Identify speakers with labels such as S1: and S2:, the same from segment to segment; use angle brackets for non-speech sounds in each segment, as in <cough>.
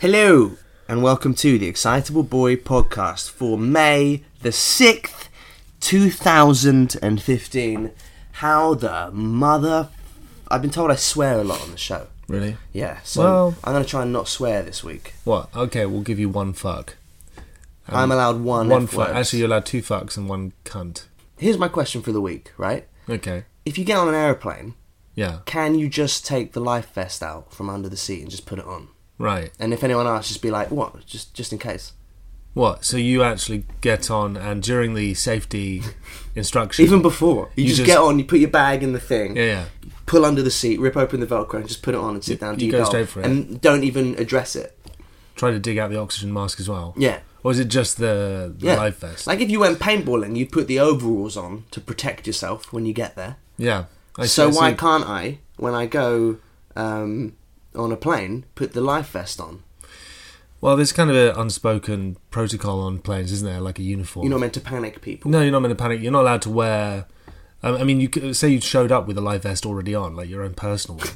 S1: Hello, and welcome to the Excitable Boy podcast for May the 6th, 2015. How the mother. I've been told I swear a lot on the show.
S2: Really?
S1: Yeah, so
S2: Well-
S1: I'm going to try and not swear this week.
S2: What? Okay, we'll give you one fuck.
S1: I'm allowed um, one.
S2: One
S1: F
S2: fuck.
S1: word.
S2: Actually, you're allowed two fucks and one cunt.
S1: Here's my question for the week, right?
S2: Okay.
S1: If you get on an aeroplane,
S2: Yeah.
S1: can you just take the life vest out from under the seat and just put it on?
S2: Right.
S1: And if anyone asks, just be like, what? Just, just in case.
S2: What? So you actually get on and during the
S1: <laughs>
S2: safety instruction,
S1: Even before, you,
S2: You
S1: just,
S2: just-
S1: get on, you put your bag in the thing.
S2: Yeah, yeah.
S1: pull under the seat, rip open the Velcro, and just put it on and sit down. Do
S2: you go
S1: your belt,
S2: straight for it.
S1: and don't even address it.
S2: Try to dig out the oxygen mask as well.
S1: Yeah.
S2: Or is it just the, the
S1: Yeah,
S2: life vest?
S1: like if you went paintballing, you'd put the overalls on to protect yourself when you get there.
S2: yeah. I see,
S1: so
S2: I see.
S1: why can't I, when I go um, on a plane, put the life vest on?
S2: Well, there's kind of an unspoken protocol on planes, isn't there? Like a uniform.
S1: You're not meant to panic people.
S2: No, you're not meant to panic. You're not allowed to wear. Um, I mean, you could- say you showed up with a life vest already on, like your own personal
S1: <laughs>
S2: one.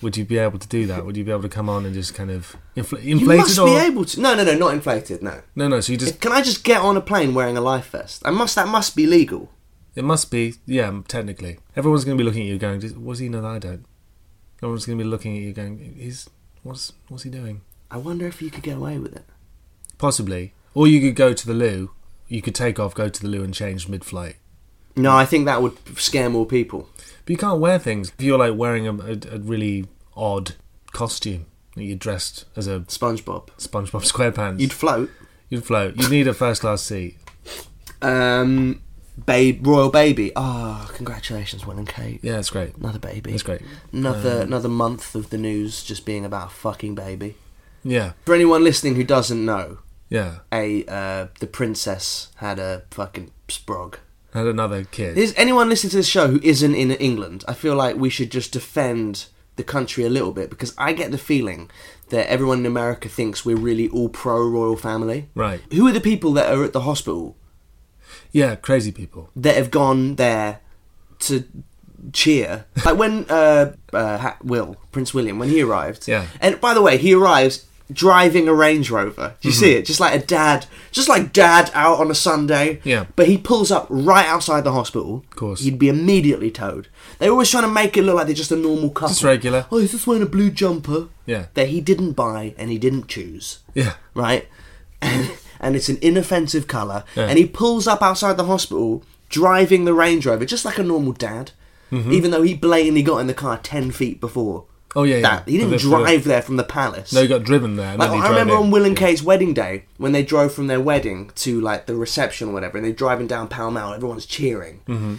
S2: Would you be able to do that? Would you be able to come on and just kind of infl- inflated
S1: you must
S2: or
S1: be able to. No, no, no, not inflated. No.
S2: no, no? So you just
S1: If- Can I just get on a plane wearing a life vest? I must. That must be legal.
S2: it must be yeah. Technically, everyone's going to be looking at you going, "Does- "What does he know that I don't?" Everyone's going to be looking at you going, "He's what's what's he doing?"
S1: I wonder if you could get away with it.
S2: Possibly, or you could go to the loo. You could take off, go to the loo, and change mid-flight.
S1: No, I think that would scare more people.
S2: But you can't wear things if you're like wearing a, a, a really odd costume. You're dressed as a
S1: SpongeBob.
S2: SpongeBob <laughs> SquarePants.
S1: You'd
S2: You'd,
S1: float.
S2: float. You'd need a first class seat.
S1: Um, babe, royal baby. Ah, congratulations, Will and Kate.
S2: Yeah, that's great.
S1: Another baby.
S2: That's great. Um,
S1: Another another month of the news just being about a fucking baby.
S2: Yeah,
S1: For anyone listening who doesn't know,
S2: yeah.
S1: a uh, the princess had a fucking sprog.
S2: Had another kid.
S1: Is anyone listening to this show who isn't in England? I feel like we should just defend the country a little bit because I get the feeling that everyone in America thinks we're really all pro royal family.
S2: Right.
S1: Who are the people that are at the hospital
S2: yeah, crazy people.
S1: that have gone there to cheer. Like when uh, uh, Ha- Will Prince William when he arrived.
S2: Yeah.
S1: And by the way, he arrives driving a Range Rover.
S2: Mm-hmm.
S1: Do you see it? Just like a dad, just like dad out on a Sunday.
S2: Yeah.
S1: But he pulls up right outside the hospital. Of
S2: course.
S1: He'd be immediately towed. They were always trying to make it look like they're just a normal couple.
S2: Just regular.
S1: Oh, he's just wearing a blue jumper.
S2: Yeah.
S1: That he didn't buy and he didn't choose
S2: Yeah.
S1: right? <laughs> And, and it's an inoffensive colour. And he pulls up outside the hospital driving the Range Rover just like a normal dad,
S2: Mm-hmm.
S1: even though he blatantly got in the car 10 feet before.
S2: Oh, yeah, yeah.
S1: That. He
S2: For
S1: didn't
S2: the- for the-
S1: drive there from the palace.
S2: No, you got driven there. and
S1: Like,
S2: then you
S1: I
S2: drove
S1: remember
S2: in.
S1: on Will and
S2: Yeah.
S1: Kate's wedding day when they drove from their wedding to like the reception or whatever, and they're driving down Pall Mall, everyone's cheering,
S2: Mm-hmm.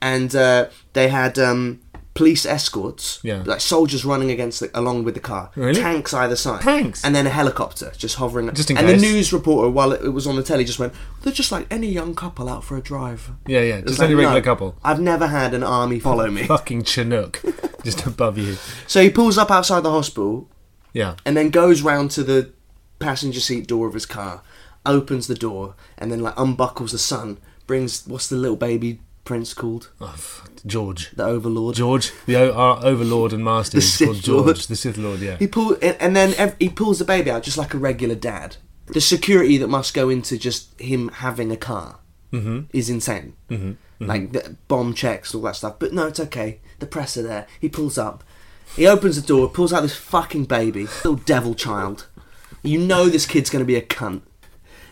S1: and uh, they had um, police escorts,
S2: Yeah.
S1: like soldiers running against the, along with the car,
S2: Really?
S1: tanks either side,
S2: Tanks?
S1: and then a helicopter just hovering.
S2: Just in
S1: and
S2: case.
S1: the news reporter, while it, it was on the telly, just went, "They're just like any young couple out for a drive."
S2: Yeah, yeah.
S1: It's
S2: Just
S1: like,
S2: any regular
S1: no,
S2: couple.
S1: I've never had an army follow
S2: <laughs>
S1: me.
S2: Fucking Chinook. just above you.
S1: so he pulls up outside the hospital,
S2: Yeah.
S1: and then goes round to the passenger seat door of his car, opens the door, and then like unbuckles the son, brings what's the little baby prince called?
S2: Oh, fuck. George.
S1: The Overlord.
S2: George, the o- our overlord and master,
S1: The
S2: is
S1: Sith
S2: called George,
S1: Lord.
S2: the Sith Lord. Yeah,
S1: He pull and and then ev- he pulls the baby out just like a regular dad. The security that must go into just him having a car is insane. Mm-hmm. Like the bomb checks, all that stuff. But no, it's okay. The press are there. He pulls up. He opens the door, pulls out this fucking baby, little devil child. You know this kid's going to be a cunt.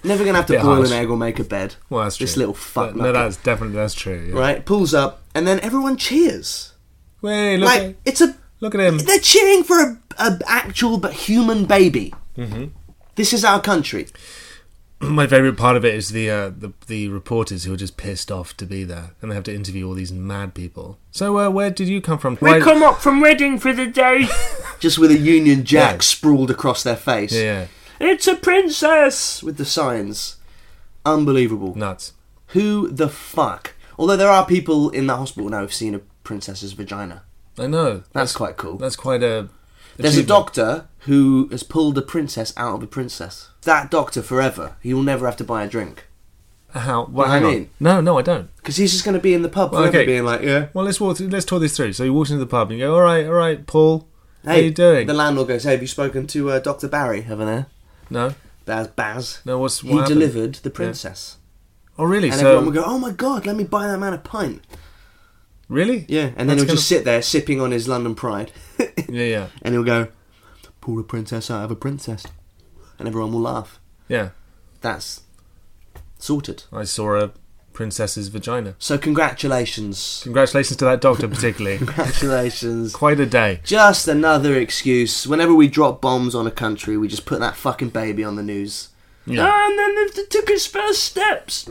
S1: Never going to have to
S2: Bit
S1: boil
S2: harsh.
S1: an egg or make a bed.
S2: well, that's true.
S1: this little fuck.
S2: No,
S1: nugget,
S2: that's definitely that's true. Yeah.
S1: right. Pulls up, and then everyone cheers.
S2: Wait, look,
S1: Like
S2: at, <clears throat>
S1: it's a
S2: look at him.
S1: they're cheering for a, a actual but human baby. Mm-hmm. This is our country.
S2: my favorite part of it is the, uh, the the reporters who are just pissed off to be there, and they have to interview all these mad people. So, uh, where did you come from? Why-
S1: up from Reading for the day. <laughs> Just with a Union Jack
S2: Yeah.
S1: sprawled across their face.
S2: Yeah, yeah,
S1: It's a princess! With the signs. Unbelievable.
S2: nuts.
S1: Who the fuck? Although there are people in that hospital now who've seen a princess's vagina.
S2: I know.
S1: That's quite cool.
S2: That's quite a.
S1: There's a
S2: achievement.
S1: doctor who has pulled a princess out of a princess. That doctor forever. He will never have to buy a drink.
S2: How? Well,
S1: know
S2: hang
S1: what
S2: on.
S1: I mean?
S2: No, no, I don't.
S1: Because he's just going to be in the pub
S2: Well,
S1: forever
S2: okay.
S1: being like, yeah.
S2: Well, let's walk. Through, let's talk this through. So he walks into the pub and you go, "All right, all right, Paul, how you doing?"
S1: The landlord goes, hey, have you spoken to uh, Dr. Barry over there?
S2: no,
S1: Baz, Baz.
S2: no. What's what
S1: he
S2: happened?
S1: delivered the princess.
S2: Oh, really?
S1: And
S2: so
S1: everyone would go, oh my god, let me buy that man a pint.
S2: really?
S1: Yeah, and then
S2: That's
S1: he'll
S2: kind
S1: just sit there sipping on his London pride. <laughs>
S2: of- Yeah, yeah,
S1: and he'll go, pull a princess out of a princess. And everyone will laugh.
S2: yeah.
S1: That's sorted.
S2: I saw a princess's vagina.
S1: So
S2: <laughs>
S1: congratulations.
S2: Congratulations to that doctor, particularly.
S1: <laughs> Congratulations.
S2: Quite a day.
S1: Just another excuse. Whenever we drop bombs on a country, we just put that fucking baby on the news.
S2: Yeah.
S1: Ah, And then they took his first steps.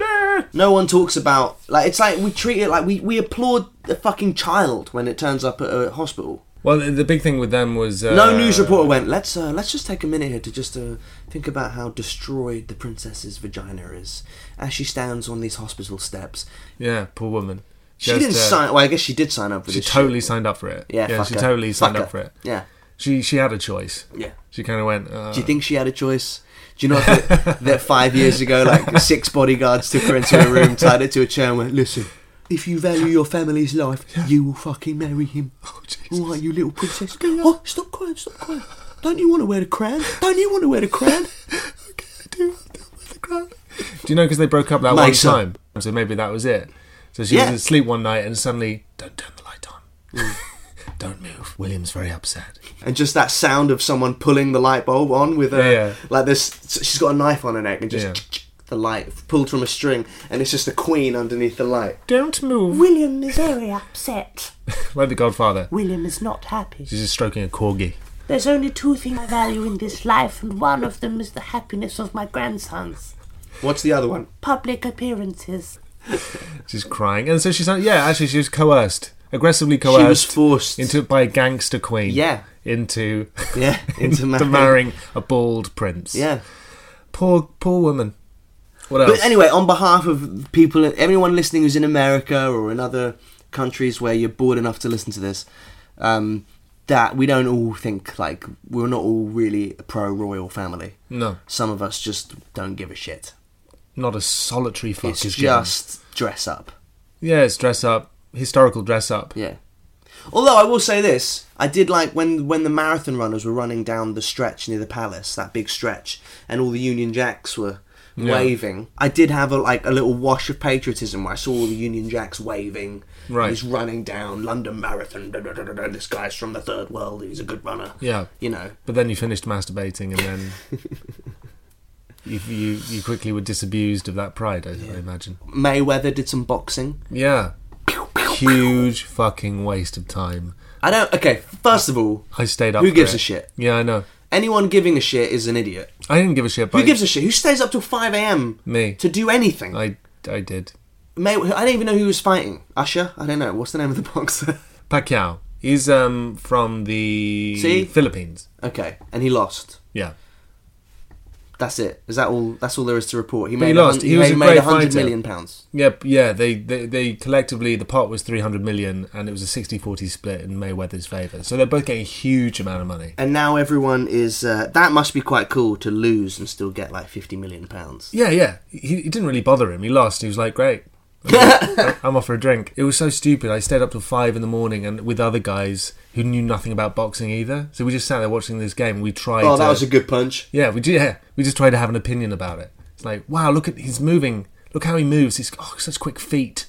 S1: No one talks about like it's like we treat it like we, we applaud the fucking child when it turns up at a hospital.
S2: Well, the, the big thing with them was uh,
S1: No news reporter went. Let's uh, let's just take a minute here to just uh, think about how destroyed the princess's vagina is as she stands on these hospital steps.
S2: Yeah, poor woman.
S1: She
S2: Just,
S1: didn't
S2: uh,
S1: sign. Well, I guess she did sign up for
S2: She
S1: this.
S2: totally
S1: shit.
S2: signed up for it.
S1: Yeah, fuck
S2: she
S1: her.
S2: totally
S1: Fuck
S2: signed
S1: her.
S2: up for it.
S1: Yeah,
S2: She she had a choice.
S1: yeah.
S2: She kind of went. Uh,
S1: Do
S2: <laughs>
S1: you think she had a choice? Do you know that, that five years ago, like six bodyguards took her into a room, tied her to a chair, and went, "Listen, if you value your family's life, you will fucking marry him."
S2: Oh, Jesus.
S1: Why, you little princess? Oh, stop crying, stop crying. Don't you want to wear the crown? Don't you want to wear the crown?
S2: Do you know because they broke up that
S1: Mate,
S2: one
S1: so-
S2: time? So maybe that was it. So she
S1: Yeah. Mm.
S2: was asleep one night and suddenly, don't turn the light on. <laughs> don't move. William's very upset.
S1: and just that sound of someone pulling the light bulb on with a
S2: Yeah, yeah.
S1: like this. She's got a knife on her neck and just
S2: Yeah.
S1: the light pulled from a string, and it's just the queen underneath the light.
S2: Don't move.
S3: William is very upset.
S2: Like the Godfather.
S3: William is not happy.
S2: She's just stroking a corgi.
S3: There's only two things I value in this life, and one of them is the happiness of my grandsons.
S1: What's the other one?
S3: Public appearances.
S2: She's crying. And so she's like, yeah, actually, she was coerced. Aggressively coerced.
S1: was forced.
S2: uh, Into, by a gangster queen.
S1: Yeah.
S2: Into,
S1: <laughs>
S2: <laughs>
S1: Yeah, into marrying.
S2: marrying a bald prince.
S1: Yeah.
S2: Poor, poor woman. What else?
S1: But anyway, on behalf of people, everyone listening who's in America or in other countries where you're bored enough to listen to this, um, that we don't all think like we're not all really a pro royal family.
S2: No.
S1: Some of us just don't give a shit.
S2: Not a solitary fuck
S1: it's
S2: is given.
S1: just dress up.
S2: Yeah, it's dress up. Historical dress up.
S1: Yeah. Although I will say this, I did like when when the marathon runners were running down the stretch near the palace, that big stretch, and all the Union Jacks were waving. I did have a like a little wash of patriotism where I saw all the Union Jacks waving.
S2: Right.
S1: He's running down London Marathon. Da, da, da, da, da, this guy's from the third world. He's a good runner.
S2: Yeah.
S1: You know.
S2: But then you finished masturbating, and
S1: <laughs>
S2: then you, you you quickly were disabused of that pride. I, I imagine.
S1: Mayweather did some boxing.
S2: Yeah, huge fucking waste of time.
S1: I don't. Okay. First of all,
S2: I stayed up.
S1: Who
S2: for
S1: gives
S2: it.
S1: a shit?
S2: Yeah, I know.
S1: anyone giving a shit is an idiot.
S2: I didn't give a shit. But
S1: Who
S2: I-
S1: gives a shit? Who stays up till five a.m.
S2: Me.
S1: to do anything?
S2: I I did.
S1: May- I don't even know who was fighting. Usher? I don't know. What's the name of the <laughs> boxer?
S2: Pacquiao. He's um from the
S1: See?
S2: Philippines.
S1: okay, and he lost.
S2: Yeah.
S1: That's it. Is that all? That's all there is to report. He made.
S2: he
S1: a hun-
S2: lost. He was
S1: made-
S2: a
S1: made
S2: great
S1: 100
S2: fighter.
S1: million pounds.
S2: Yep, yeah, they, they, they collectively, the pot was 300 million and it was a 60 40 split in Mayweather's favour. So they're both getting a huge amount of money.
S1: And now everyone is. Uh, that must be quite cool to lose and still get like fifty million pounds.
S2: Yeah, yeah. He, it didn't really bother him. He lost. He was like, great.
S1: <laughs>
S2: I'm I'm off for a drink. It was so stupid. I stayed up till five in the morning and with other guys who knew nothing about boxing either. So we just sat there watching this game. We tried.
S1: Oh,
S2: to-
S1: that was a good punch.
S2: Yeah, we did. Yeah, we just tried to have an opinion about it. It's like, wow, look at he's moving. Look how he moves. He's oh, such quick
S1: <laughs>
S2: feet.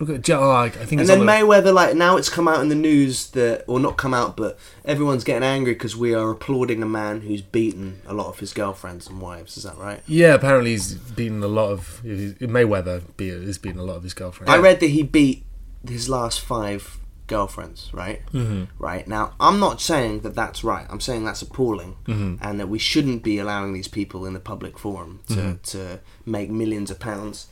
S2: look at oh, I I think.
S1: And
S2: it's
S1: then
S2: on the-
S1: Mayweather, like now it's come out in the news that, or not come out, but everyone's getting angry because we are applauding a man who's beaten a lot of his girlfriends and wives. Is that right?
S2: Yeah, apparently he's beaten a lot of Mayweather. Be, has beaten a lot of his girlfriends.
S1: I read that he beat his last five girlfriends, right? Mm-hmm. Right now, I'm not saying that that's right. I'm saying that's appalling, and that we shouldn't be allowing these people in the public forum to to make millions of pounds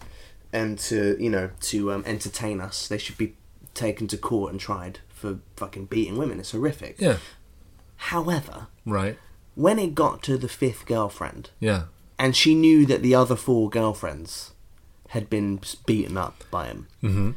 S1: and to you know to um, entertain us. They should be taken to court and tried for fucking beating women. It's horrific.
S2: Yeah.
S1: However,
S2: Right.
S1: when it got to the fifth girlfriend,
S2: Yeah.
S1: and she knew that the other four girlfriends had been beaten up by him. Mm-hmm.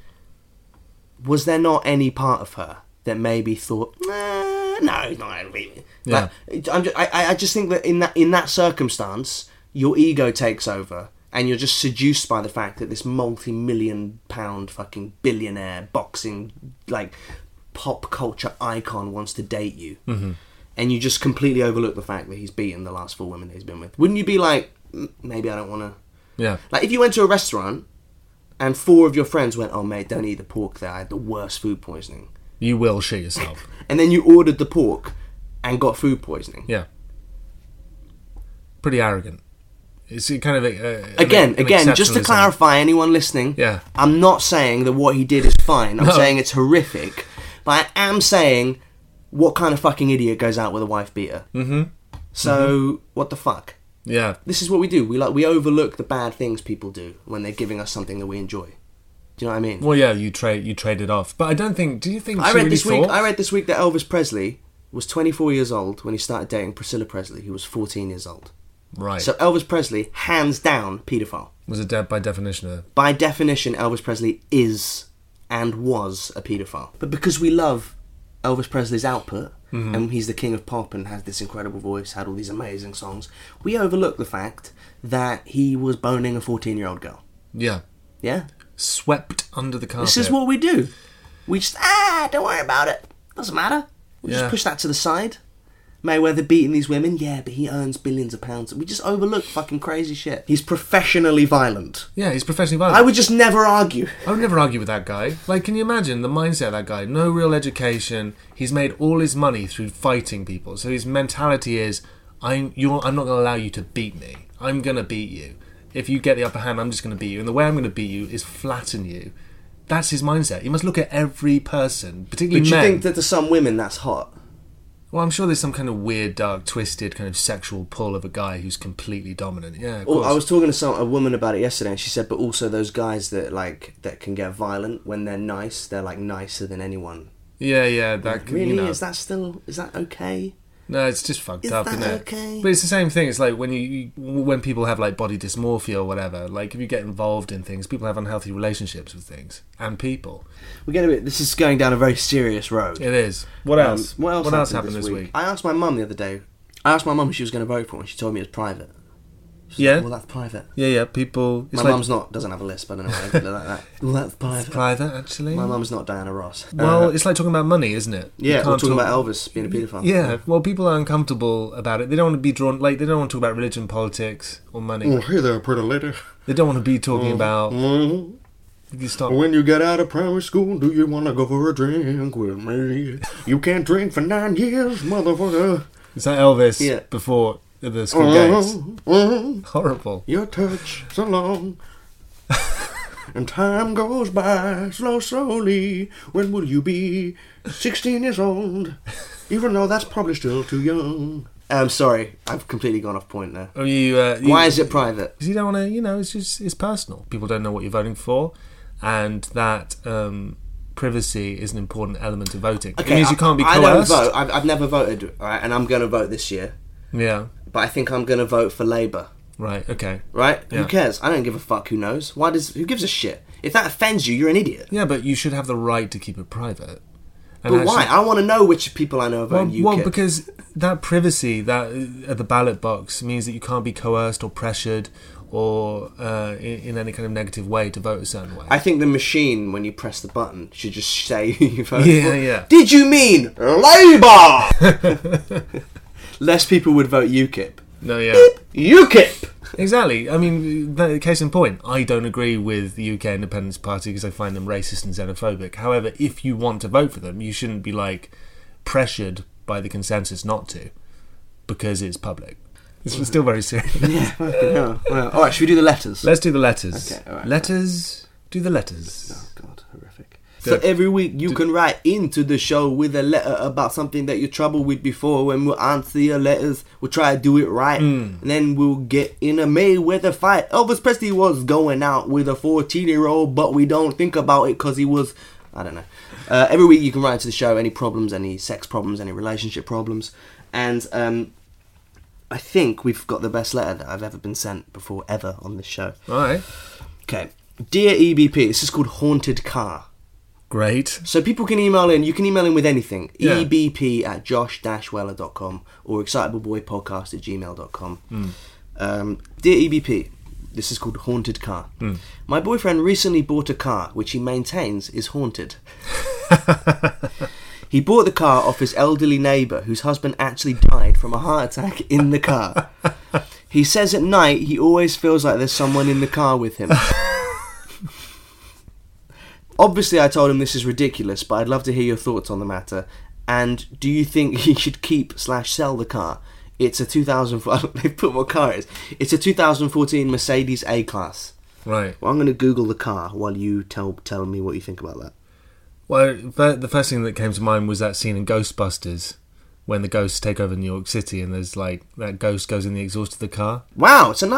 S1: Was there not any part of her that maybe thought, nah, no, he's not going to beat me?
S2: Yeah.
S1: Like, I'm just, I, I just think that in that in that circumstance, your ego takes over, and you're just seduced by the fact that this multi-million pound fucking billionaire boxing like pop culture icon wants to date you, mm-hmm. and you just completely overlook the fact that he's beaten the last four women that he's been with. Wouldn't you be like, "Mm, maybe I don't want to?
S2: Yeah.
S1: Like if you went to a restaurant and four of your friends went, "Oh mate, don't eat the pork there. I had the worst food poisoning."
S2: You will shit yourself.
S1: And then you ordered the pork and got food poisoning.
S2: Yeah. Pretty arrogant. It's kind of a, a-
S1: Again,
S2: an
S1: again, just to
S2: exceptionalism.
S1: clarify anyone listening,
S2: Yeah.
S1: I'm not saying that what he did is fine. I'm saying it's horrific, but I am saying what kind of fucking idiot goes out with a wife beater? Mhm. So, what the fuck?
S2: Yeah.
S1: This is what we do. We like we overlook the bad things people do when they're giving us something that we enjoy. Do you know what I mean?
S2: Well, yeah, you trade you trade it off, but I don't think. Do you think
S1: I
S2: she
S1: read
S2: really
S1: this
S2: thought?
S1: week. I read this week that Elvis Presley was 24 years old when he started dating Priscilla Presley, who was 14 years old.
S2: right,
S1: So Elvis Presley, hands down, paedophile.
S2: was a dead by definition. A,
S1: By definition, Elvis Presley is and was a paedophile. But because we love Elvis Presley's output,
S2: Mm-hmm.
S1: and he's the king of pop and has this incredible voice, had all these amazing songs, we overlook the fact that he was boning a 14-year-old girl.
S2: yeah,
S1: Yeah,
S2: swept under the carpet.
S1: This is what we do. We just ah, don't worry about it. Doesn't matter. We
S2: Yeah.
S1: just push that to the side. Mayweather beating these women, yeah, but he earns billions of pounds. We just overlook fucking crazy shit. He's professionally violent.
S2: Yeah, he's professionally violent.
S1: I would just never argue.
S2: I would never argue with that guy. Like, can you imagine the mindset of that guy? No real education. He's made all his money through fighting people. So his mentality is, I'm you're, I'm not going to allow you to beat me. I'm going to beat you. If you get the upper hand, I'm just going to beat you. And the way I'm going to beat you is flatten you. That's his mindset. You must look at every person, particularly
S1: But you
S2: men.
S1: think that to some women that's hot?
S2: well, I'm sure there's some kind of weird, dark, twisted kind of sexual pull of a guy who's completely dominant. Yeah, of
S1: Well,
S2: course.
S1: Oh, I was talking to some a woman about it yesterday, and she said, but also those guys that like that can get violent when they're nice, they're like nicer than anyone.
S2: yeah, yeah. That can-
S1: Really?
S2: You know.
S1: Is that still? Is that okay?
S2: No, it's just fucked
S1: Is
S2: up,
S1: that
S2: isn't it?
S1: okay?
S2: But it's the same thing. It's like when you, you when people have like body dysmorphia or whatever. Like if you get involved in things, people have unhealthy relationships with things and people.
S1: We get a bit. This is going down a very serious road.
S2: It is. What
S1: Um,
S2: else?
S1: what else,
S2: happened this week?
S1: I asked my mum the other day. I asked my mum who she was going to vote for, and she told me it's private. She was
S2: Yeah.
S1: like, well, that's private.
S2: yeah, yeah. People. It's
S1: My
S2: like
S1: mum's not doesn't have a list, but I don't know why they
S2: <laughs>
S1: like that. Well, that's private.
S2: private, actually.
S1: My mum's not Diana Ross.
S2: <laughs> well,
S1: Uh,
S2: it's like talking about money, isn't it? You
S1: yeah, we're
S2: can't
S1: talking
S2: talk-
S1: about Elvis being a paedophile.
S2: Yeah, well, people are uncomfortable about it. They don't want to be drawn, like, they don't want to talk about religion, politics, or money.
S1: Oh, hey there, pretty lady. Mm,
S2: They don't want to be talking about. You stop.
S1: Mm-hmm. When you get out of primary school, do you want to go for a drink with me? You can't drink for nine years, motherfucker.
S2: Is that Elvis
S1: Yeah. Mm-hmm.
S2: before the school gates? Horrible.
S1: Your touch so long. and time goes by slow, slowly. When will you be 16 years old? Even though that's probably still too young. I'm sorry, I've completely gone off point there.
S2: Are you, uh, you-
S1: Why is it private?
S2: 'cause you don't want to, you know, it's just it's personal. People don't know what you're voting for, and that um, privacy is an important element of voting. it means you can't be
S1: I, I don't
S2: coerced.
S1: vote. I've, I've never voted, right? And I'm going to vote this year.
S2: Yeah,
S1: But I think I'm going to vote for Labour,
S2: right. Okay.
S1: right?
S2: Yeah.
S1: Who cares? I don't give a fuck who knows. Why does. Who gives a shit? If that offends you, you're an idiot.
S2: Yeah, but you should have the right to keep it private. And
S1: But why? I want to know which people I know
S2: Well,
S1: about voting UKIP.
S2: well, because that privacy that uh, at the ballot box means that you can't be coerced or pressured or uh, in, in any kind of negative way to vote a certain way.
S1: I think the machine, when you press the button, should just say <laughs> who you voted
S2: Yeah,
S1: for.
S2: yeah.
S1: Did you mean Labour? <laughs> Less people would vote UKIP.
S2: no, yeah.
S1: UKIP!
S2: Exactly. I mean, the case in point, I don't agree with the UK Independence Party because I find them racist and xenophobic. However, if you want to vote for them, you shouldn't be like pressured by the consensus not to because it's public. This was still very serious. <laughs>
S1: Yeah, <laughs> fucking hell. Well, alright, should we do the letters?
S2: Let's do the letters.
S1: Okay, all right.
S2: letters. Do the letters.
S1: Oh, God, horrific. So
S2: Yeah.
S1: every week you can write into the show with a letter about something that you troubled with before, and we'll answer your letters. We'll try to do it right, and then we'll get in a Mayweather fight. Elvis Presley was going out with a 14 year old, but we don't think about it because he was, I don't know. Uh, every week you can write into the show any problems, any sex problems, any relationship problems, and um, I think we've got the best letter that I've ever been sent before ever on this show.
S2: All right.
S1: Okay, dear EBP, this is called Haunted Car.
S2: Great.
S1: So people can email in. You can email in with anything.
S2: Yeah.
S1: EBP at josh-weller.com or excitableboypodcast at gmail.com. Um, Dear EBP, this is called Haunted Car. My boyfriend recently bought a car which he maintains is haunted. he bought the car off his elderly neighbour whose husband actually died from a heart attack in the car. he says at night he always feels like there's someone in the car with him. Obviously, I told him this is ridiculous, but I'd love to hear your thoughts on the matter. And do you think <laughs> he should keep slash sell the car? It's a 2000. <laughs> I don't- They put what car it is. It's a 2014 Mercedes A Class.
S2: Right.
S1: Well, I'm going to Google the car while you tell tell me what you think about that.
S2: Well, the the first thing that came to mind was that scene in Ghostbusters when the ghosts take over New York City and there's like that ghost goes in the exhaust of the car.
S1: Wow, it's a nice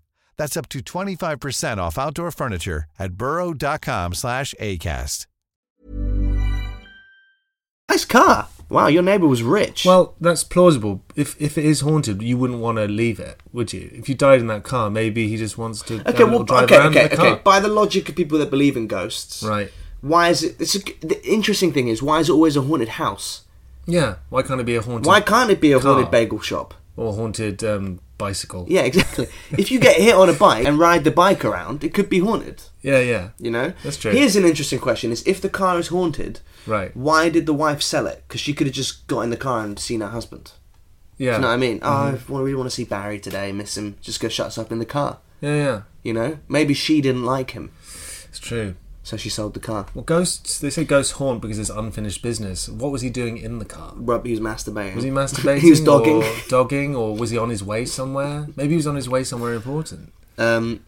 S4: That's up to 25% off outdoor furniture at burrow.com/acast.
S1: nice car. Wow, your neighbour was rich.
S2: Well, that's plausible. If if it is haunted, you wouldn't want to leave it, would you? If you died in that car, maybe he just wants to have
S1: okay,
S2: a little
S1: well,
S2: drive
S1: okay,
S2: around in
S1: okay,
S2: the car.
S1: okay. By the logic of people that believe in ghosts,
S2: Right.
S1: Why is it? It's a, the interesting thing is why is it always a haunted house?
S2: Yeah. Why can't it be a haunted
S1: Why can't it be a
S2: car
S1: haunted bagel shop?
S2: or haunted um, bicycle?
S1: Yeah, exactly. if you get hit on a bike and ride the bike around, it could be haunted.
S2: Yeah, yeah.
S1: You know,
S2: That's true.
S1: Here's an interesting question: Is if the car is haunted,
S2: Right.
S1: Why did the wife sell it? Because she could have just got in the car and seen her husband.
S2: Yeah. Mm-hmm.
S1: Do you know what I mean? Oh, I really want to see Barry today. Miss him. Just go shut us up in the car.
S2: Yeah, yeah.
S1: You know, maybe she didn't like him,
S2: It's true.
S1: so she sold the car.
S2: Well, ghosts. They say ghosts haunt because it's unfinished business. What was he doing in the car?
S1: Rob, <laughs> he was masturbating.
S2: Was he masturbating?
S1: he was dogging. <laughs>
S2: Or dogging, or was he on his way somewhere? Maybe he was on his way somewhere important.
S1: Um,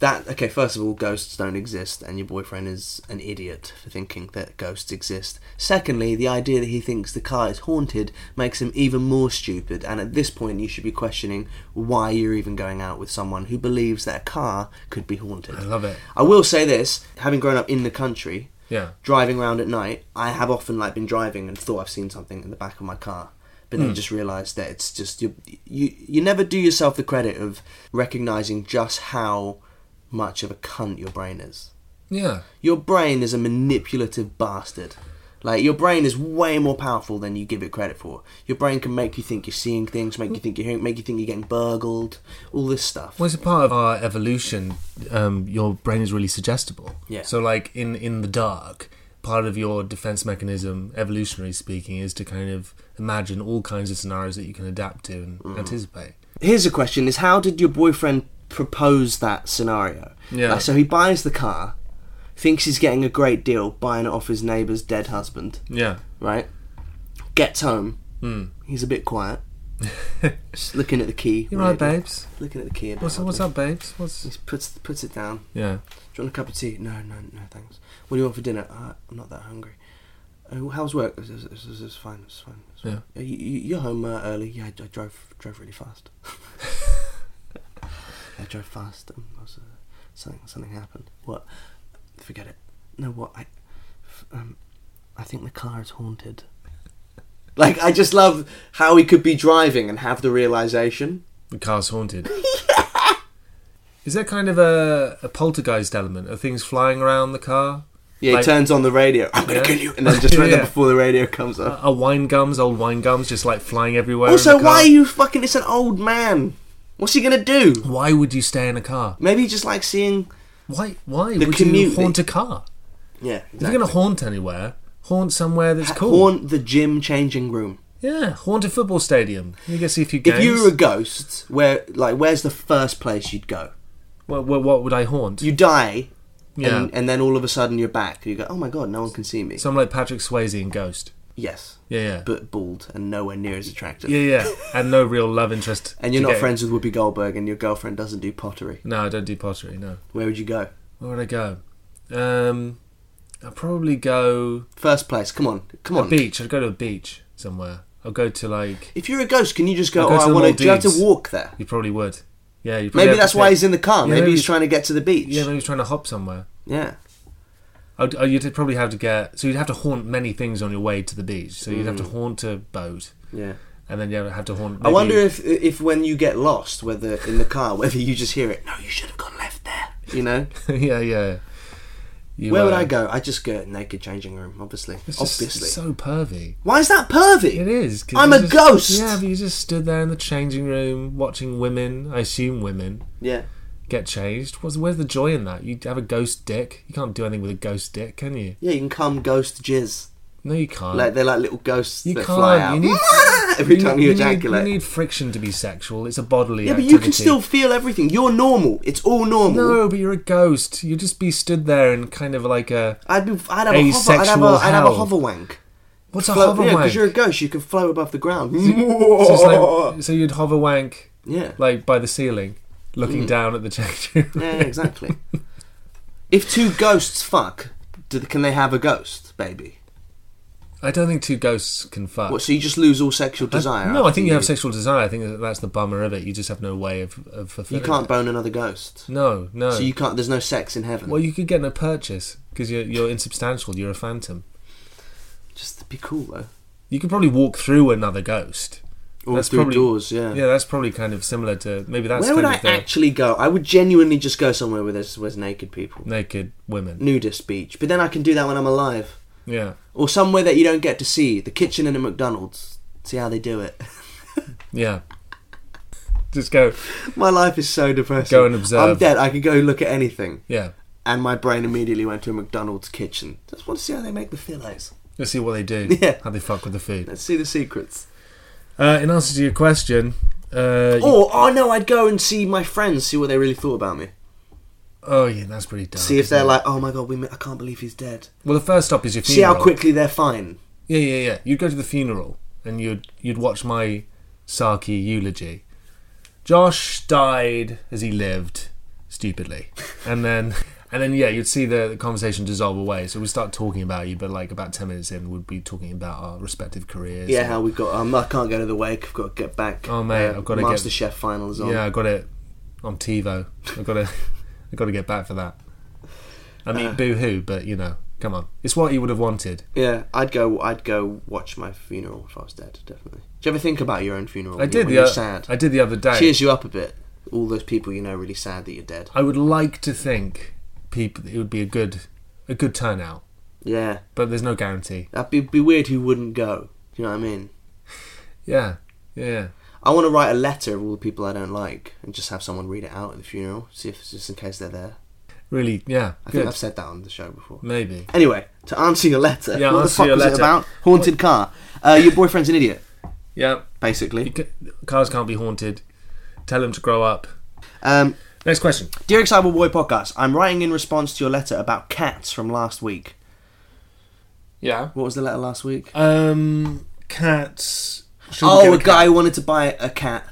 S1: that okay. First of all, ghosts don't exist, and your boyfriend is an idiot for thinking that ghosts exist. Secondly, the idea that he thinks the car is haunted makes him even more stupid. And at this point, you should be questioning why you're even going out with someone who believes that a car could be haunted.
S2: I love it.
S1: I will say this: having grown up in the country,
S2: Yeah.
S1: driving around at night, I have often like been driving and thought I've seen something in the back of my car, but then just realised that it's just you, you. You never do yourself the credit of recognizing just how much of a cunt your brain is.
S2: Yeah.
S1: Your brain is a manipulative bastard. Like your brain is way more powerful than you give it credit for. Your brain can make you think you're seeing things, make you think you're hearing, make you think you're getting burgled, all this stuff.
S2: Well, it's a part of our evolution. Um, your brain is really suggestible.
S1: Yeah.
S2: So, like in in the dark, part of your defense mechanism, evolutionary speaking, is to kind of imagine all kinds of scenarios that you can adapt to and
S1: Mm.
S2: anticipate.
S1: Here's a question: Is how did your boyfriend propose that scenario?
S2: Yeah.
S1: Like, so he buys the car, thinks he's getting a great deal, buying it off his neighbour's dead husband.
S2: Yeah.
S1: Right. Gets home.
S2: Hmm.
S1: He's a bit quiet. just looking at the key.
S2: You right,
S1: weirdly.
S2: babes?
S1: Looking at the key. A
S2: <laughs>
S1: bit
S2: What's
S1: oddly.
S2: what's up, babes? What's
S1: He puts puts it down.
S2: yeah.
S1: Do you want a cup of tea? No, no, no, thanks. What do you want for dinner? Uh, I'm not that hungry. Oh, how's work? It's, it's, it's, it's fine. It's fine. It's fine. Yeah. You, you- you're home uh, early. Yeah, I, I drove drove
S2: <laughs>
S1: really fast. <laughs> I drove fast. And I was, uh, something something happened. What? Forget it. No, what? I f- um, I think the car is haunted.
S2: <laughs>
S1: Like I just love how he could be driving and have the realization.
S2: The car's haunted. <laughs> Is there kind of a, a poltergeist element? Are things flying around the car?
S1: Yeah,
S2: Like-
S1: he turns on the radio. I'm gonna
S2: Yeah.
S1: kill you, and
S2: <laughs>
S1: then just right
S2: Yeah. Uh,
S1: there before the radio comes up.
S2: Are wine gums, old wine gums, just like flying everywhere? in
S1: also,
S2: the car?
S1: why are you fucking? It's an old man. What's he gonna do?
S2: Why would you stay in a car?
S1: Maybe he just like seeing.
S2: Why? Why
S1: The
S2: would you
S1: commute-
S2: haunt a car?
S1: Yeah,
S2: If you're going to haunt anywhere, haunt somewhere that's cool.
S1: Haunt the gym changing room.
S2: Yeah, haunt a football stadium. You go see a few games.
S1: If you were a ghost, where like where's the first place you'd go?
S2: what, what, what would I haunt?
S1: You die,
S2: yeah,
S1: and, and then all of a sudden you're back. You go, oh my god, no one can see me.
S2: something like Patrick Swayze in Ghost.
S1: yes,
S2: Yeah, yeah,
S1: but bald and nowhere near as attractive.
S2: yeah, yeah,
S1: <laughs>
S2: and no real love interest.
S1: And you're
S2: to
S1: not
S2: get-
S1: friends with Whoopi Goldberg, and your girlfriend doesn't do pottery.
S2: No, I don't do pottery. No,
S1: Where would you go?
S2: where would I go? Um, I'd probably go
S1: First place. Come on, come on.
S2: beach. I'd go to a beach somewhere. I'll go to like
S1: If you're a ghost, can you just
S2: I'll
S1: go?
S2: go
S1: oh,
S2: to
S1: I
S2: the
S1: want to. Do you have to
S2: Maldives.
S1: walk there?
S2: you probably would. Yeah, you probably
S1: Maybe
S2: have to
S1: that's why
S2: pick-
S1: he's in the car.
S2: Yeah,
S1: maybe, he's
S2: you-
S1: trying to get to the beach.
S2: Yeah, maybe he's trying to hop somewhere.
S1: Yeah.
S2: I'd, oh, you'd probably have to get so you'd have to haunt many things on your way to the beach. So you'd have to haunt a boat,
S1: Yeah.
S2: and then you'd have to haunt.
S1: Mm. I wonder
S2: maybe-
S1: if if when you get lost, whether in the car, <laughs> whether you just hear it. No, you should have gone left there. You know.
S2: yeah, yeah. <laughs> You,
S1: Where would
S2: uh,
S1: I go? I just go naked changing room, obviously.
S2: It's just
S1: Obviously.
S2: so pervy.
S1: Why is that pervy?
S2: It is. 'cause
S1: I'm
S2: you
S1: a
S2: just-
S1: ghost.
S2: Yeah, but you just stood there in the changing room watching women. I assume women
S1: Yeah.
S2: get changed. What's, where's the joy in that? You have a ghost dick. You can't do anything with a ghost dick, can you?
S1: Yeah, you can come ghost jizz.
S2: No, you can't.
S1: Like they're like little ghosts
S2: you
S1: that
S2: can't.
S1: fly out
S2: You
S1: <laughs>
S2: need
S1: every time you,
S2: need-
S1: ejaculate.
S2: you need friction to be sexual. It's a bodily.
S1: yeah, but
S2: activity.
S1: you can still feel everything. You're normal. It's all normal.
S2: No, but you're a ghost. You'd just be stood there in kind of like a
S1: I'd be. I'd have a hover. I'd have a,
S2: Asexual
S1: I'd have a
S2: hell.
S1: hover wank.
S2: what's a
S1: Float-
S2: hover
S1: yeah,
S2: wank?
S1: because you're a ghost, you can float above the ground.
S2: So it's like- so you'd hover wank
S1: yeah.
S2: like by the ceiling, looking down at the <laughs> changing room.
S1: Mm.
S2: <laughs>
S1: yeah, exactly. if two ghosts fuck, do, can they have a ghost baby?
S2: I don't think two ghosts can fuck.
S1: What? So you just lose all sexual
S2: I-
S1: desire?
S2: no, I
S1: after
S2: think you have sexual desire. I think that that's the bummer of it. You just have no way of, of
S1: You
S2: fulfilling.
S1: can't
S2: it.
S1: bone another ghost.
S2: No, no.
S1: So you can't. There's no sex in heaven.
S2: well, you could get no purchase because you're you're insubstantial. You're a phantom.
S1: just to be cool though.
S2: You could probably walk through another ghost.
S1: Or through doors, yeah.
S2: Yeah, that's probably kind of similar to maybe that's
S1: Where would
S2: kind
S1: I
S2: of the
S1: actually go? I would genuinely just go somewhere where there's, where there's naked people,
S2: naked women.
S1: nudist beach. But then I can do that when I'm alive,
S2: Yeah.
S1: or somewhere that you don't get to see the kitchen in a McDonald's. See how they do it. <laughs>
S2: Yeah. Just go.
S1: my life is so depressing.
S2: Go and observe.
S1: I'm dead. I could go look at anything,
S2: Yeah.
S1: and my brain immediately went to a McDonald's kitchen. Just want to see how they make the fillets.
S2: Let's see what they do.
S1: <laughs> Yeah.
S2: How they fuck with the food.
S1: Let's see the secrets.
S2: Uh, in answer to your question, uh, you-
S1: Or oh no, I'd go and see my friends, see what they really thought about me.
S2: oh yeah, that's pretty dark.
S1: See if
S2: isn't
S1: they're
S2: it?
S1: like, oh my god, we, met- I can't believe he's dead.
S2: Well, the first stop is your
S1: See
S2: funeral.
S1: how quickly they're fine.
S2: Yeah, yeah, yeah. You'd go to the funeral and you'd you'd watch my Saki eulogy. Josh died as he lived, stupidly, and then <laughs> and then yeah, you'd see the, the conversation dissolve away. So we'd start talking about you, but like about ten minutes in, we'd be talking about our respective careers.
S1: Yeah, how we got. Um, I can't go to the wake. I've got to get back.
S2: Oh, mate, I've gotta get-
S1: Master Chef final is on.
S2: Yeah, I got it on TiVo. I got to, <laughs> I got to get back for that. I mean,
S1: Uh.
S2: boo hoo, but you know, come on, it's what you would have wanted.
S1: Yeah, I'd go. I'd go watch my funeral if I was dead. Definitely. Do you ever think about your own funeral?
S2: I
S1: when
S2: did
S1: When
S2: the
S1: you're
S2: o-
S1: sad.
S2: I did the other day.
S1: Cheers you up a bit. All those people you know really sad that you're dead.
S2: I would like to think people it would be a good, a good turnout,
S1: Yeah,
S2: but there's no guarantee.
S1: that'd be, be weird. Who wouldn't go? Do you know what I mean?
S2: Yeah, yeah.
S1: I want to write a letter of all the people I don't like and just have someone read it out at the funeral. See if just in case they're there.
S2: Really, yeah.
S1: I think
S2: good.
S1: I've said that on the show before.
S2: Maybe.
S1: Anyway, to answer your letter,
S2: Yeah,
S1: <laughs> what the
S2: answer
S1: fuck
S2: your
S1: was
S2: letter.
S1: it about? Haunted car. Uh, your boyfriend's an idiot,
S2: Yeah.
S1: basically.
S2: You ca- cars can't be haunted. Tell them to grow up.
S1: Um,
S2: Next question.
S1: Dear Excitable Boy Podcast, I'm writing in response to your letter about cats from last week.
S2: Yeah.
S1: What was the letter last week?
S2: Um, cats. should we
S1: Oh,
S2: get
S1: a guy
S2: cat?
S1: wanted to buy a cat.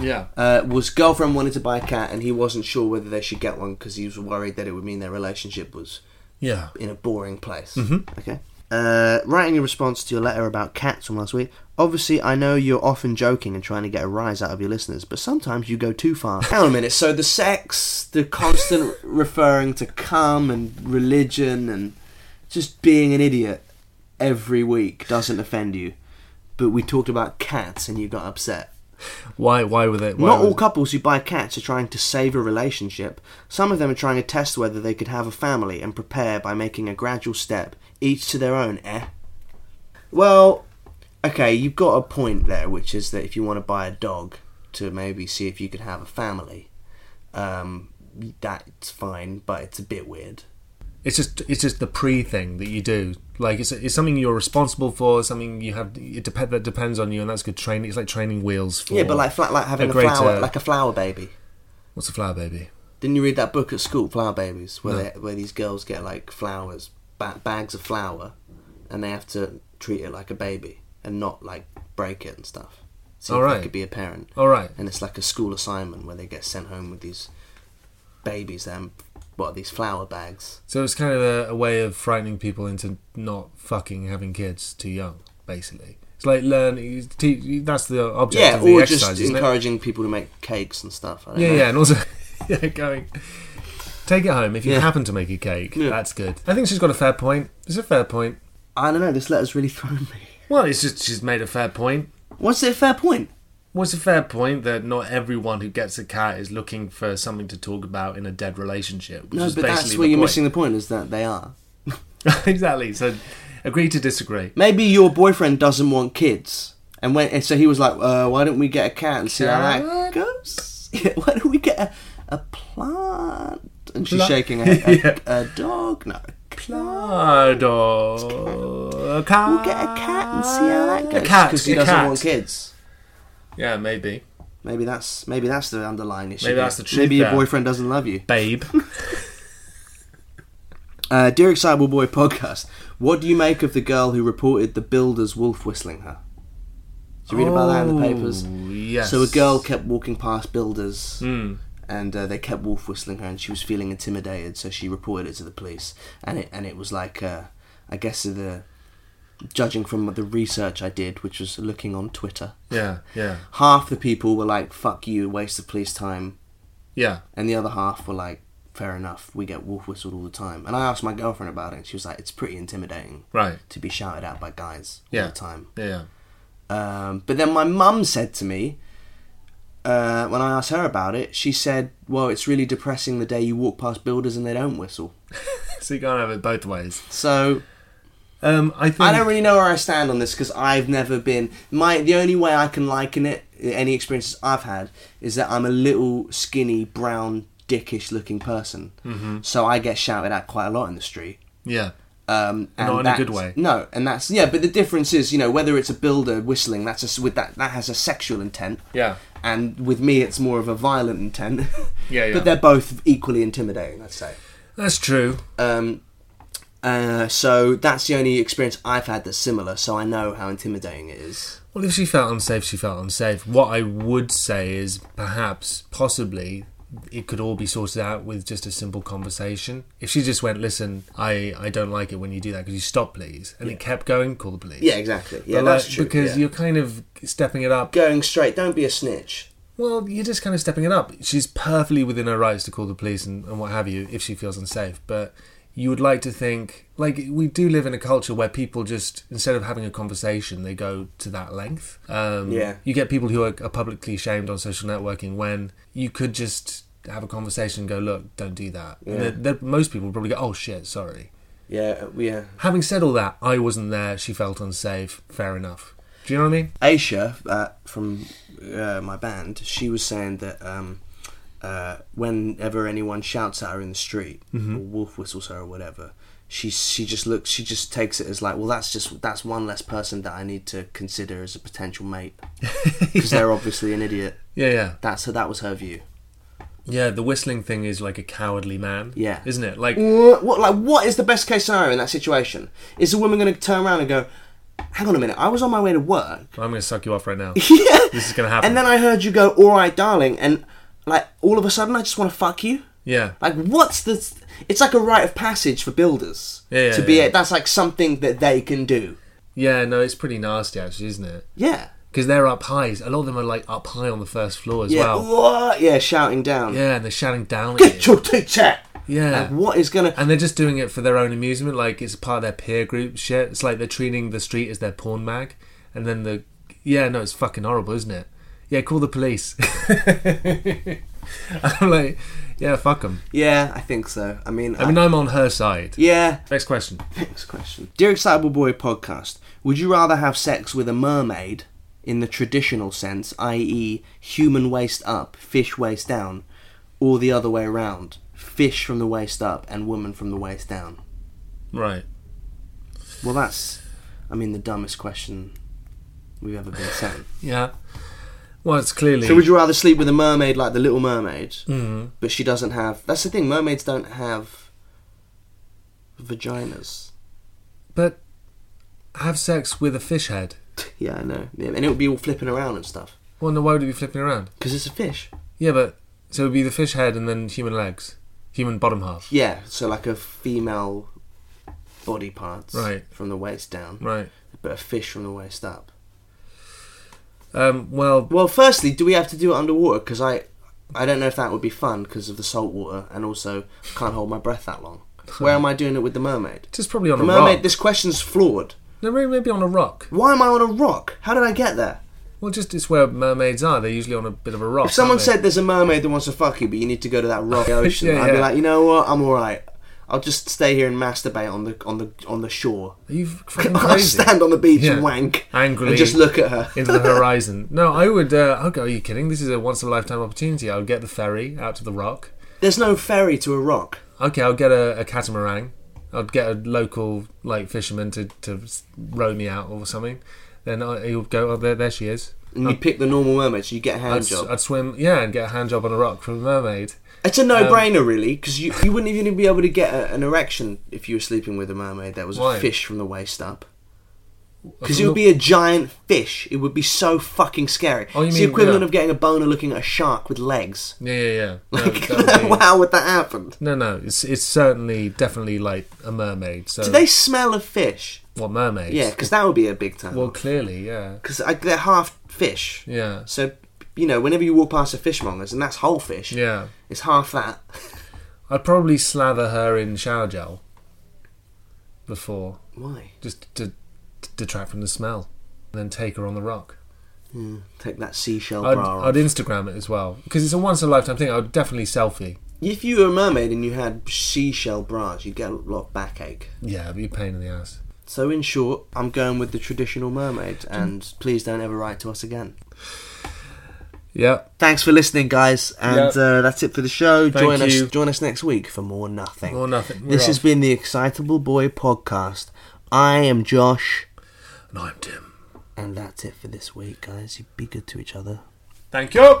S2: Yeah.
S1: Uh, was girlfriend wanted to buy a cat, and he wasn't sure whether they should get one because he was worried that it would mean their relationship was
S2: Yeah.
S1: in a boring place. Okay. Uh, writing a response to your letter about cats from last week. Obviously, I know you're often joking and trying to get a rise out of your listeners, but sometimes you go too far. <laughs> Hang on a minute. So the sex, the <laughs> constant referring to cum and religion and just being an idiot every week doesn't offend you, but we talked about cats and you got upset.
S2: Why? Why were they? Why
S1: Not
S2: were-
S1: all couples who buy cats are trying to save a relationship. Some of them are trying to test whether they could have a family and prepare by making a gradual step, each to their own, eh? Well, okay, you've got a point there, which is that if you want to buy a dog to maybe see if you could have a family, um, that's fine, but it's a bit weird.
S2: It's just it's just the pre thing that you do. Like it's it's something you're responsible for. Something you have. It depend that depends on you, and that's good training. It's like training wheels for.
S1: yeah, but like flat, like having a, flower,
S2: greater-
S1: like a flower baby.
S2: what's a flower baby?
S1: Didn't you read that book at school, Flower Babies, where they, where these girls get like flowers, ba- bags of flour, and they have to treat it like a baby and not like break it and stuff. See if
S2: Alright.
S1: they could be a parent.
S2: All right.
S1: And it's like a school assignment where they get sent home with these babies and what are these flower bags?
S2: So it's kind of a, a way of frightening people into not fucking having kids too young, basically. It's like learning. Te- that's the object
S1: Yeah,
S2: of the
S1: or
S2: exercise,
S1: just
S2: isn't it?
S1: encouraging people to make cakes and stuff. I don't
S2: Yeah,
S1: know.
S2: yeah, and also <laughs> yeah, going. Take it home if you
S1: Yeah.
S2: happen to make a cake.
S1: Yeah.
S2: That's good. I think she's got a fair point. It's a fair point.
S1: I don't know. This letter's really thrown me.
S2: Well, it's just she's made a fair point.
S1: What's it a fair point?
S2: What's a fair point that not everyone who gets a cat is looking for something to talk about in a dead relationship? Which
S1: No,
S2: is
S1: but
S2: basically
S1: that's
S2: the
S1: where you're
S2: point.
S1: missing the point. Is that they are.
S2: <laughs> exactly. So, agree to disagree.
S1: Maybe your boyfriend doesn't want kids, and when and so he was like, uh, "Why don't we get a cat and see how that
S2: Cat?
S1: goes? <laughs> Yeah, why don't we get a, a plant?" And she's
S2: Pla- <laughs>
S1: shaking her head.
S2: Yeah.
S1: A, a dog, no, a plant.
S2: Plado. A cat.
S1: We'll get a cat and see how that goes.
S2: A cat.
S1: because he
S2: a
S1: doesn't
S2: cat.
S1: want kids.
S2: Yeah, maybe.
S1: Maybe that's maybe that's the underlying issue.
S2: Maybe that's the truth
S1: Maybe your
S2: there.
S1: boyfriend doesn't love you.
S2: Babe.
S1: Uh, Dear Excitable Boy podcast, what do you make of the girl who reported the builder's wolf whistling her? Did you read about that in the papers?
S2: Oh, yes. Hmm.
S1: So a girl kept walking past builders, and uh, they kept wolf whistling her, and she was feeling intimidated, so she reported it to the police. And it and it was like, uh, I guess the judging from the research I did, which was looking on Twitter,
S2: <laughs> Yeah, yeah,
S1: half the people were like, "Fuck you, waste of police time,"
S2: yeah.
S1: and the other half were like, "Fair enough, we get wolf whistled all the time." And I asked my girlfriend about it, and she was like, "It's pretty intimidating
S2: Right.
S1: to be shouted at by guys all
S2: Yeah.
S1: the time."
S2: Yeah.
S1: Um, but then my mum said to me, uh, when I asked her about it, she said, "Well, it's really depressing the day you walk past builders and they don't whistle."
S2: So you can't have it both ways.
S1: So
S2: Um, I think.
S1: I don't really know where I stand on this because I've never been my. The only way I can liken it, any experiences I've had, is that I'm a little skinny, brown, dickish-looking person. Mm-hmm. So I get shouted at quite a lot in the street.
S2: Yeah.
S1: Um, and
S2: Not in a
S1: that's-
S2: good way.
S1: No, and that's yeah. But the difference is, you know, whether it's a builder whistling, that's a, s- with that that has a sexual intent.
S2: Yeah.
S1: And with me, it's more of a violent intent. <laughs>
S2: Yeah, yeah.
S1: But they're both equally intimidating, I'd say.
S2: That's true.
S1: Um, uh, so that's the only experience I've had that's similar. So I know how intimidating it is.
S2: Well, if she felt unsafe, she felt unsafe. What I would say is perhaps, possibly, it could all be sorted out with just a simple conversation. If she just went, listen, I, I don't like it when you do that, could you stop, please? And it kept going, call the police.
S1: Yeah, exactly. Yeah,
S2: But,
S1: that's
S2: like,
S1: true.
S2: Because
S1: yeah.
S2: you're kind of stepping it up.
S1: going straight. Don't be a snitch.
S2: Well, you're just kind of stepping it up. She's perfectly within her rights to call the police and, and what have you if she feels unsafe. But you would like to think, like, we do live in a culture where people just, instead of having a conversation, they go to that length. Um,
S1: Yeah.
S2: You get people who are, are publicly shamed on social networking when you could just have a conversation and go, look, don't do that. And
S1: Yeah.
S2: then- then most people probably go, oh shit, sorry.
S1: Yeah, uh, yeah.
S2: Having said all that, I wasn't there. She felt unsafe. Fair enough. Do you know what I mean?
S1: Aisha uh, from uh, my band, she was saying that um, uh, whenever anyone shouts at her in the street or wolf whistles her or whatever, she she just looks she just takes it as like, well, that's just that's one less person that I need to consider as a potential mate because <laughs> they're obviously an idiot.
S2: <laughs> Yeah, yeah.
S1: That's her, that was her view.
S2: Yeah, the whistling thing is like a cowardly man.
S1: Yeah. Mm.
S2: Isn't it? Like,
S1: What, what like what is the best case scenario in that situation? Is the woman going to turn around and go, "Hang on a minute, I was on my way to work." <laughs>
S2: I'm going to suck you off right now. This is going to happen.
S1: And then I heard you go, "All right, darling," and like all of a sudden, I just want to fuck you.
S2: Yeah.
S1: Like, what's the? It's like a rite of passage for builders
S2: Yeah, yeah,
S1: to be.
S2: yeah.
S1: A, that's like something that they can do.
S2: Yeah, no, it's pretty nasty actually, isn't it?
S1: Yeah.
S2: Because they're up high. A lot of them are like up high on the first floor as
S1: Yeah.
S2: well.
S1: What? Yeah. Shouting down.
S2: Yeah, and they're shouting down. at
S1: Get
S2: you.
S1: your teacher.
S2: Yeah.
S1: Like, what is gonna?
S2: And they're just doing it for their own amusement, like it's part of their peer group shit. It's like they're treating the street as their porn mag, and then the yeah, no, it's fucking horrible, isn't it? Yeah, call the police. <laughs> I'm like, yeah, fuck them.
S1: Yeah, I think so. I mean,
S2: I mean, I'm on her side.
S1: Uh, yeah.
S2: Next question.
S1: Next question. Dear Excitable Boy podcast, would you rather have sex with a mermaid in the traditional sense, i.e., human waist up, fish waist down, or the other way around, fish from the waist up and woman from the waist down?
S2: Right.
S1: Well, that's, I mean, the dumbest question we've ever been sent.
S2: Yeah. Well, it's clearly.
S1: so, would you rather sleep with a mermaid like the Little Mermaid, but she doesn't have? That's the thing. Mermaids don't have vaginas. <laughs>
S2: but have sex with a fish head.
S1: Yeah, I know. Yeah, and it would be all flipping around and stuff
S2: Well, no, why would it be flipping around?
S1: because it's a fish.
S2: Yeah, but so it would be the fish head and then human legs, human bottom half.
S1: Yeah, so like a female body parts
S2: Right.
S1: from the waist down,
S2: Right.
S1: but a fish from the waist up.
S2: Um, well,
S1: Well, firstly, do we have to do it underwater? Because I, I don't know if that would be fun because of the salt water, and also I can't hold my breath
S2: <laughs>
S1: that long. Where am I doing it with the mermaid?
S2: just probably on
S1: The
S2: a
S1: mermaid.
S2: rock.
S1: This question's flawed.
S2: No, maybe maybe on a rock.
S1: Why am I on a rock? How did I get there?
S2: Well, just it's where mermaids are. They're usually on a bit of a rock.
S1: If someone
S2: aren't they?
S1: said there's a mermaid that wants to fuck you, but you need to go to that rocky
S2: <laughs>
S1: ocean,
S2: Yeah,
S1: I'd be
S2: yeah.
S1: like, you know what? I'm all right. I'll just stay here and masturbate on the on the on the shore.
S2: "Are
S1: <laughs>
S2: you fucking
S1: I'll
S2: crazy?"
S1: stand on the beach
S2: Yeah.
S1: and wank
S2: Angrily.
S1: and just look at her. <laughs>
S2: into the horizon. No, I would. Uh, I'd go. Are you kidding? This is a once in a lifetime opportunity. I'll get the ferry out to the rock.
S1: There's no ferry to a rock.
S2: Okay, I'll get a, a catamaran. I'd get a local like fisherman to to s- row me out or something. Then I, he'll go. Oh, there, there she is.
S1: And you pick the normal mermaid, so you get a hand
S2: I'd, s-
S1: job.
S2: I'd swim. Yeah, and get a hand job on a rock from a
S1: <laughs>
S2: mermaid.
S1: it's a no-brainer,
S2: um,
S1: really, because you, you wouldn't even be able to get a, an erection if you were sleeping with a mermaid that was
S2: Why?
S1: a fish from the waist up. Because it would be a giant fish. It would be so fucking scary.
S2: Oh, you
S1: it's
S2: mean-
S1: the equivalent
S2: yeah.
S1: of getting a boner looking at a shark with legs.
S2: Yeah, yeah,
S1: <laughs>
S2: yeah. No,
S1: Like,
S2: that would be-
S1: how would that happen?
S2: no, no. It's it's certainly definitely like a mermaid. So
S1: Do they smell of fish?
S2: what mermaids?
S1: Yeah, because that would be a big time.
S2: Well, clearly, yeah.
S1: because they're half fish.
S2: Yeah.
S1: So you know, whenever you walk past a fishmonger's, and that's whole fish.
S2: Yeah.
S1: It's half that.
S2: I'd probably slather her in shower gel before,
S1: Why?
S2: just to, to detract from the smell, and then take her on the rock.
S1: Take that seashell
S2: I'd,
S1: bra
S2: I'd
S1: off.
S2: Instagram it as well because it's a once in a lifetime thing. I would definitely selfie.
S1: If you were a mermaid and you had seashell bras, you'd get a lot of backache.
S2: Yeah, it'd be a pain in the ass.
S1: So in short, I'm going with the traditional mermaid, and please don't ever write to us again.
S2: Yeah.
S1: Thanks for listening, guys, and
S2: Yep.
S1: uh, that's it for the show.
S2: Thank
S1: join
S2: you.
S1: us, join us next week for more nothing.
S2: More nothing. We're
S1: This has
S2: off.
S1: been the Excitable Boy podcast. I am Josh,
S2: And I'm Tim.
S1: and that's it for this week, guys. You be good to each other.
S2: Thank you.